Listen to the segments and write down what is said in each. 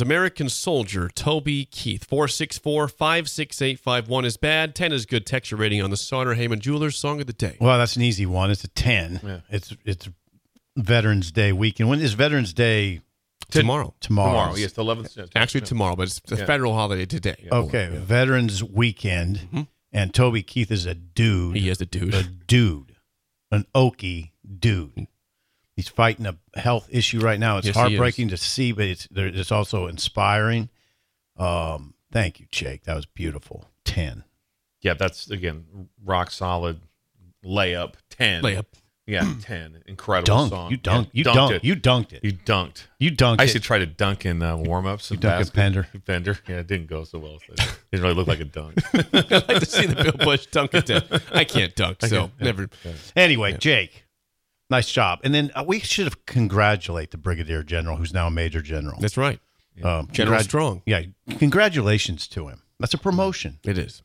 American soldier Toby Keith. 464 56851 is bad. 10 is good. Texture rating on the Sauter Heyman Jewelers Song of the Day. Well, that's an easy one. It's a ten. Yeah. It's it's Veterans Day weekend. When is Veterans Day? Tomorrow. Tomorrow. Tomorrow, yes, the 11th. Actually, tomorrow, but it's a Yeah. federal holiday today. Okay, Veterans Weekend, and Toby Keith is a dude. He is a dude. A dude, an oaky dude. He's fighting a health issue right now. It's Yes, he is. heartbreaking to see, but it's there, it's also inspiring. Um, thank you, Jake. That was beautiful. Ten. Yeah, that's again rock solid layup ten. Layup. Yeah, ten. Incredible Dunk. song. You dunked. Yeah, you dunked. it. You dunked it. You dunked. You dunked I it. used to try to dunk in uh, warm ups. You dunk at Bender. Bender. Yeah, it didn't go so well. So it didn't really look like a dunk. I'd like to see the Bill Bush dunk it down. I can't dunk, so never. Anyway, Jake, nice job. And then uh, we should congratulate the brigadier general, who's now a major general. That's right. Um, General Strong. Yeah, congratulations to him. That's a promotion. It is.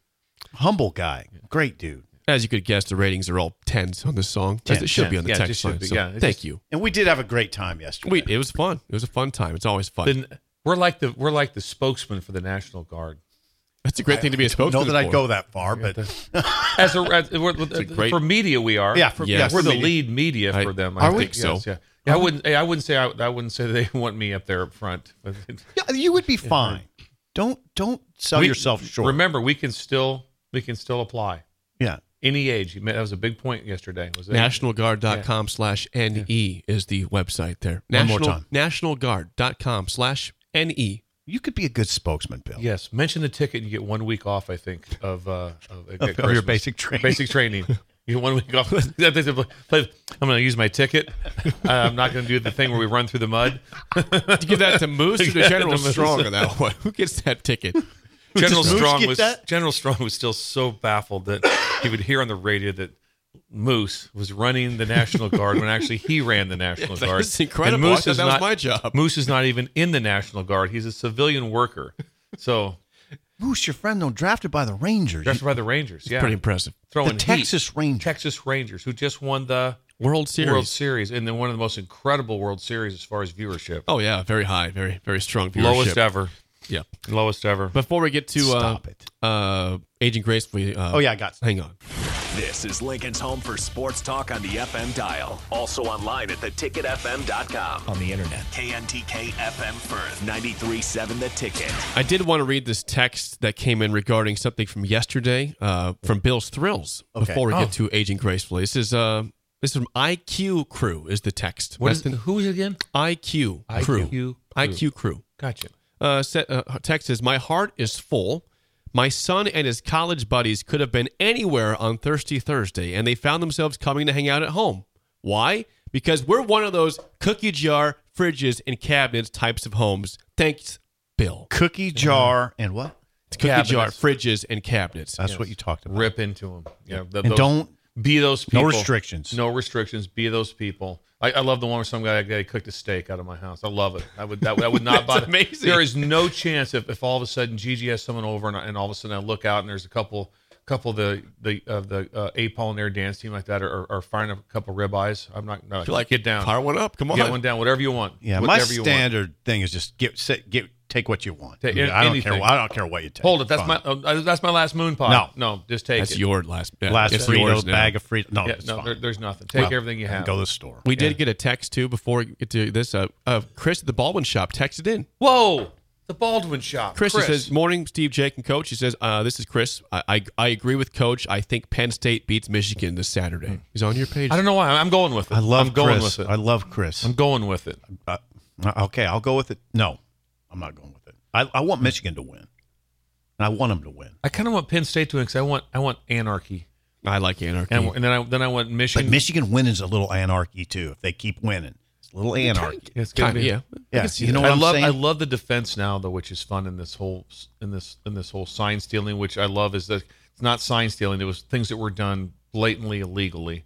Humble guy, great dude. As you could guess, the ratings are all tens on this song. as it should be on the Yeah, it text just should line. be. so Yeah, it thank just- you. And we did have a great time yesterday. We, it was fun. It was a fun time. It's always fun. then we're like the we're like the spokesman for the National Guard. That's a great thing to be a Don't know spokesman that I'd for. go that far, but As a, as, we're, uh, great- for media, we are. yeah, for, Yes. yes, we're the media. lead media I- for them. are we? Yes, So. yeah. Yeah, I wouldn't. I wouldn't say. I, I wouldn't say they want me up there up front. Yeah, you would be fine. Don't don't sell We- yourself short. Remember, we can still we can still apply yeah, any age. You made- That was a big point yesterday. Was it? NationalGuard.com slash NE is the website there. One more National, time. NationalGuard.com slash E. NE. you could be a good spokesman, Bill. Yes, mention the ticket. You get one week off. I think of uh, of, Of at your Christmas. basic training. Basic training. You get one week off. I'm going to use my ticket. Uh, I'm not going to do the thing where we run through the mud. Did you give that to Moose or to Yeah, General to Moose. Strong on that one? Who gets that ticket? General Moose Strong get was that? General Strong was still so baffled that he would hear on the radio that Moose was running the National Guard when actually he ran the National that Guard. was incredible. I thought that was my job. Moose is not even in the National Guard. He's a civilian worker. So Moose, your friend, though, drafted by the Rangers, drafted by the Rangers. Yeah, Pretty impressive. the throwing heat. Texas Rangers. Texas Rangers, who just won the World Series. World Series and then one of the most incredible World Series as far as viewership, Oh, yeah. Very high. Very, very strong viewership. lowest ever, Yeah. lowest ever. Before we get to Stop uh, it. uh, Aging Gracefully. Uh, Oh yeah, I got. Hang on. This is Lincoln's home for sports talk on the FM dial. Also online at theticketfm.com. On the internet. KNTK FM Firth 937 The Ticket. I did want to read this text that came in regarding something from yesterday uh, from Bill's Thrills Okay. before we Oh. get to Aging Gracefully. This is uh, this is from IQ Crew is the text. What That's is, the- who is it again? IQ, IQ crew. crew. IQ crew. Gotcha. Uh, se- uh, text says, My heart is full. My son and his college buddies could have been anywhere on Thirsty Thursday, and they found themselves coming to hang out at home. Why? Because we're one of those cookie jar fridges and cabinets types of homes. Thanks, Bill. Cookie jar and what? Cookie jar Cabinets. fridges and cabinets. That's what you talked about. Rip into them. Yeah. th- And those- don't be those people. restrictions. No restrictions. Be those people. I, I love the one where some guy, guy cooked a steak out of my house. I love it. I would that, that would That's not bother. amazing. There is no chance if, if all of a sudden Gigi has someone over and, I- and all of a sudden I look out and there's a couple couple of the the of the uh, Apollinaire dance team like that are, are, are firing a couple ribeyes. I'm not no, I feel like get down. Fire one up. Come on. Get one down. Whatever you want. Yeah, my Whatever you want. standard thing is just get sit, get take what you want. Take I don't anything. care. I don't care what you take. Hold it. That's Fine. my uh, that's my last moon pie. No. no, just take That's it. your last. yeah, last it's Fritos yours now. bag of Fritos. No, Yeah, it's no, fine. there, there's nothing. Take Well, everything you I can have. Go to the store. We did get a text too before we get to this. Uh, uh, Chris at the Baldwin shop texted in. Whoa, the Baldwin shop. Chris, he says, "Morning, Steve, Jake, and Coach." He says, uh, "This is Chris. I, I I agree with Coach. I think Penn State beats Michigan this Hmm. Saturday. He's on your page. I don't know why. I'm going with it. I love I'm going Chris. with I it. love Chris. I'm going with it. Uh, okay, I'll go with it. No, I'm not going with it. I, I want Michigan to win, and I want them to win. I kind of want Penn State to win because I want I want anarchy, I like anarchy. and, I- and then I then I want But Michigan. Michigan winning is a little anarchy too. If they keep winning, it's little anarchy. It's gonna Kind of, be- yeah. Yeah, you know what I I'm love saying? I love the defense now though, which is fun in this whole in this in this whole sign stealing, which I love is that it's not sign stealing. It was things that were done blatantly illegally.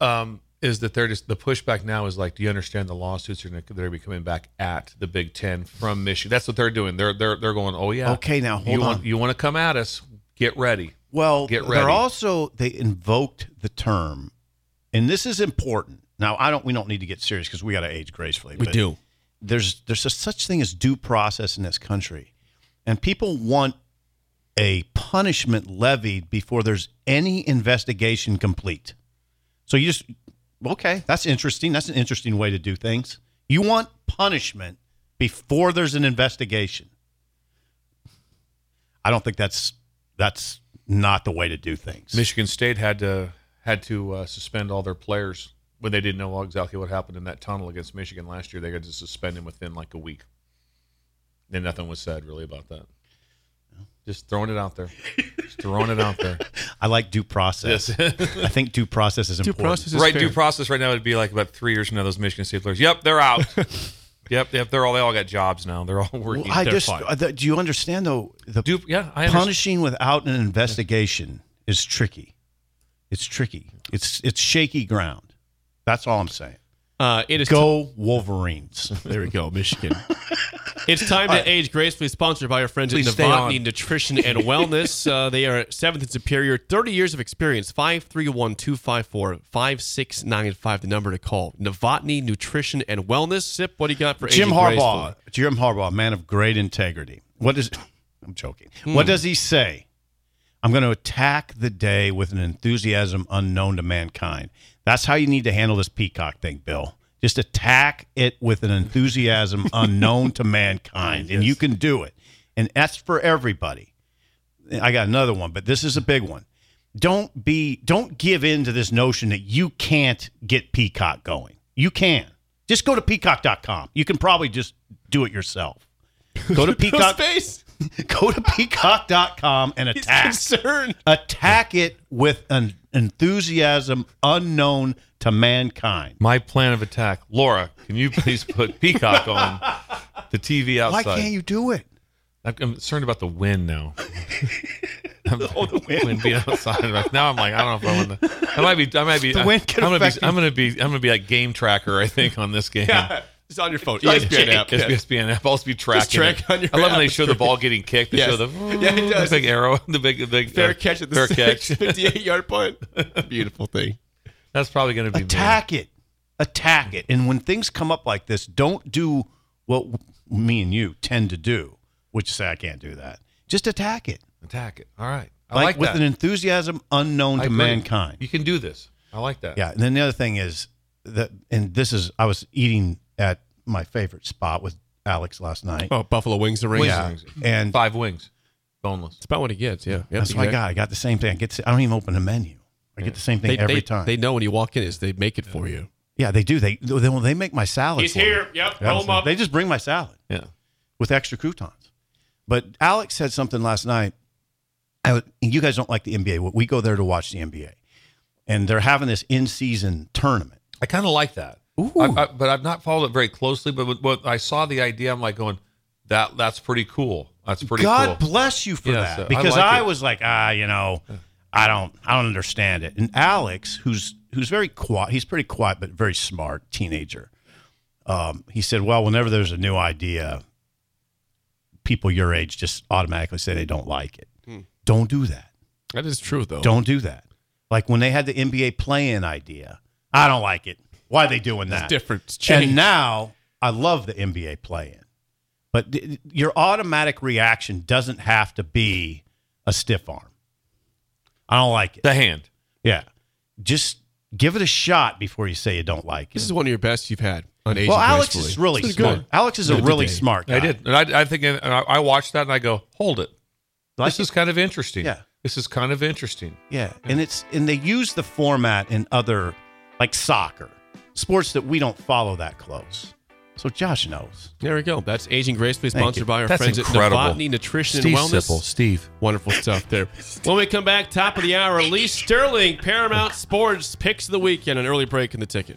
um, is that they're just the pushback now is like, do you understand the lawsuits are going to they're be coming back at the Big Ten from Michigan? That's what they're doing. They're they're they're going, oh yeah, Okay, now, hold you want on. you want to come at us? Get ready. Well, Get they're ready. also they invoked the term, and this is important. Now, I don't. We don't need to get serious because we got to age gracefully. We but do. There's there's a such thing as due process in this country, and people want a punishment levied before there's any investigation complete. So you just okay. That's interesting. That's an interesting way to do things. You want punishment before there's an investigation. I don't think that's that's not the way to do things. Michigan State had to had to uh, suspend all their players when they didn't know exactly what happened in that tunnel against Michigan last year. They had to suspend them within like a week, and nothing was said really about that. Just throwing it out there. Just throwing it out there. I like due process. I think due process is Due important. process is right fair. due process right now would be like about three years from now. Those Michigan State players. Yep, they're out. yep, yep, they're all they all got jobs now. They're all working. Well, I They're just fine. uh, the, do you understand though the Do- yeah, I understand. punishing without an investigation is tricky. It's tricky. It's it's shaky ground. That's all I'm saying. Uh, it is Go Wolverines. There we go, Michigan. it's time to age gracefully, sponsored by our friends Please at stay Novotny on. Nutrition and Wellness. Uh, they are seventh and superior, 30 years of experience, 531 254 5695, the number to call. Novotny Nutrition and Wellness. Sip, what do you got for Jim aging Harbaugh. gracefully? Jim Harbaugh, man of great integrity. What is? I'm joking. What does he say? I'm going to attack the day with an enthusiasm unknown to mankind. That's how you need to handle this peacock thing, Bill. Just attack it with an enthusiasm unknown to mankind, and you can do it. And that's for everybody. I got another one, but this is a big one. Don't be don't give in to this notion that you can't get Peacock going. You can. Just go to peacock.com. You can probably just do it yourself. Go to peacock Space. go to peacock.com and He's attack concerned. attack it with an enthusiasm unknown to mankind. My plan of attack, Laura. Can you please put Peacock on the TV outside? Why can't you do it? I'm I'm concerned about the wind now. I'm, the wind. being outside. Like, now I'm like, I don't know if I want to. I might be. I might be. The wind can I'm gonna affect be. you. I'm gonna be. I'm gonna be like game tracker. I think on this game. It's on your phone. E Yeah, ESPN app. It's Yeah. ESPN app. I'll just be tracking. track it. on your I love when they app. show the ball getting kicked. They Yes. show the Yeah, it does. the big arrow, the big, the big Fair uh, catch at the fair catch. catch. 58 yard punt. Beautiful thing. That's probably going to be me. Attack it. Attack it. And when things come up like this, don't do what me and you tend to do, which is say I can't do that. Just attack it. Attack it. All right, I Like, like, with that. an enthusiasm unknown I to agree. mankind. You can do this. I like that. Yeah, and then the other thing is that, and this is I was eating at my favorite spot with Alex last night. Oh, Buffalo Wings the ring. Wings. Yeah. Yeah, and Five wings, boneless. It's about what he gets. Yeah. Yep, that's what I exactly. got. I got the same thing. I get. I don't even open the menu. I get the same thing They, every they- time. They know when you walk in, is they make it for you. yeah, they do. They they, they make my salad. He's for me. here. Yep, Yeah, roll him up. They just bring my salad. Yeah. with extra croutons. But Alex said something last night. I, was- you guys don't like the NBA. We go there to watch the NBA, and they're having this in-season tournament. I kind of like that. Ooh. I, I, but I've not followed it very closely. But with- what I saw the idea, I'm like going, that that's pretty cool. That's pretty cool. God bless you for Yeah, that so I because like I, it. was like, ah, you know, I don't, I don't understand it. And Alex, who's who's very quiet, he's pretty quiet but very smart teenager. Um, he said, well, whenever there's a new idea, people your age just automatically say they don't like it. Hmm. Don't do that. That is true, though. Don't do that. Like when they had the NBA play-in idea, I don't like it. Why are they doing that? It's different. It's And changed. now I love the NBA play in. But th- your automatic reaction doesn't have to be a stiff arm. I don't like it. The hand. Yeah. Just give it a shot before you say you don't like This it. is one of your best you've had. on aging Well, Alex gracefully. is really This smart. good. Alex is a Good really debate. smart guy. I did, and I, I think, and I, I watched that, and I go, "Hold it, Like this is kind of interesting." Yeah. this is kind of interesting. Yeah, and it's and they use the format in other like soccer sports that we don't follow that close. So Josh knows. There we go. That's Aging Gracefully, Thank sponsored you. by our That's friends incredible. at Novotny Nutrition Steve and Wellness. Sipple, Steve. Wonderful stuff there. when we come back, top of the hour, Lee Sterling, Paramount Sports, picks of the weekend, an early break in the ticket.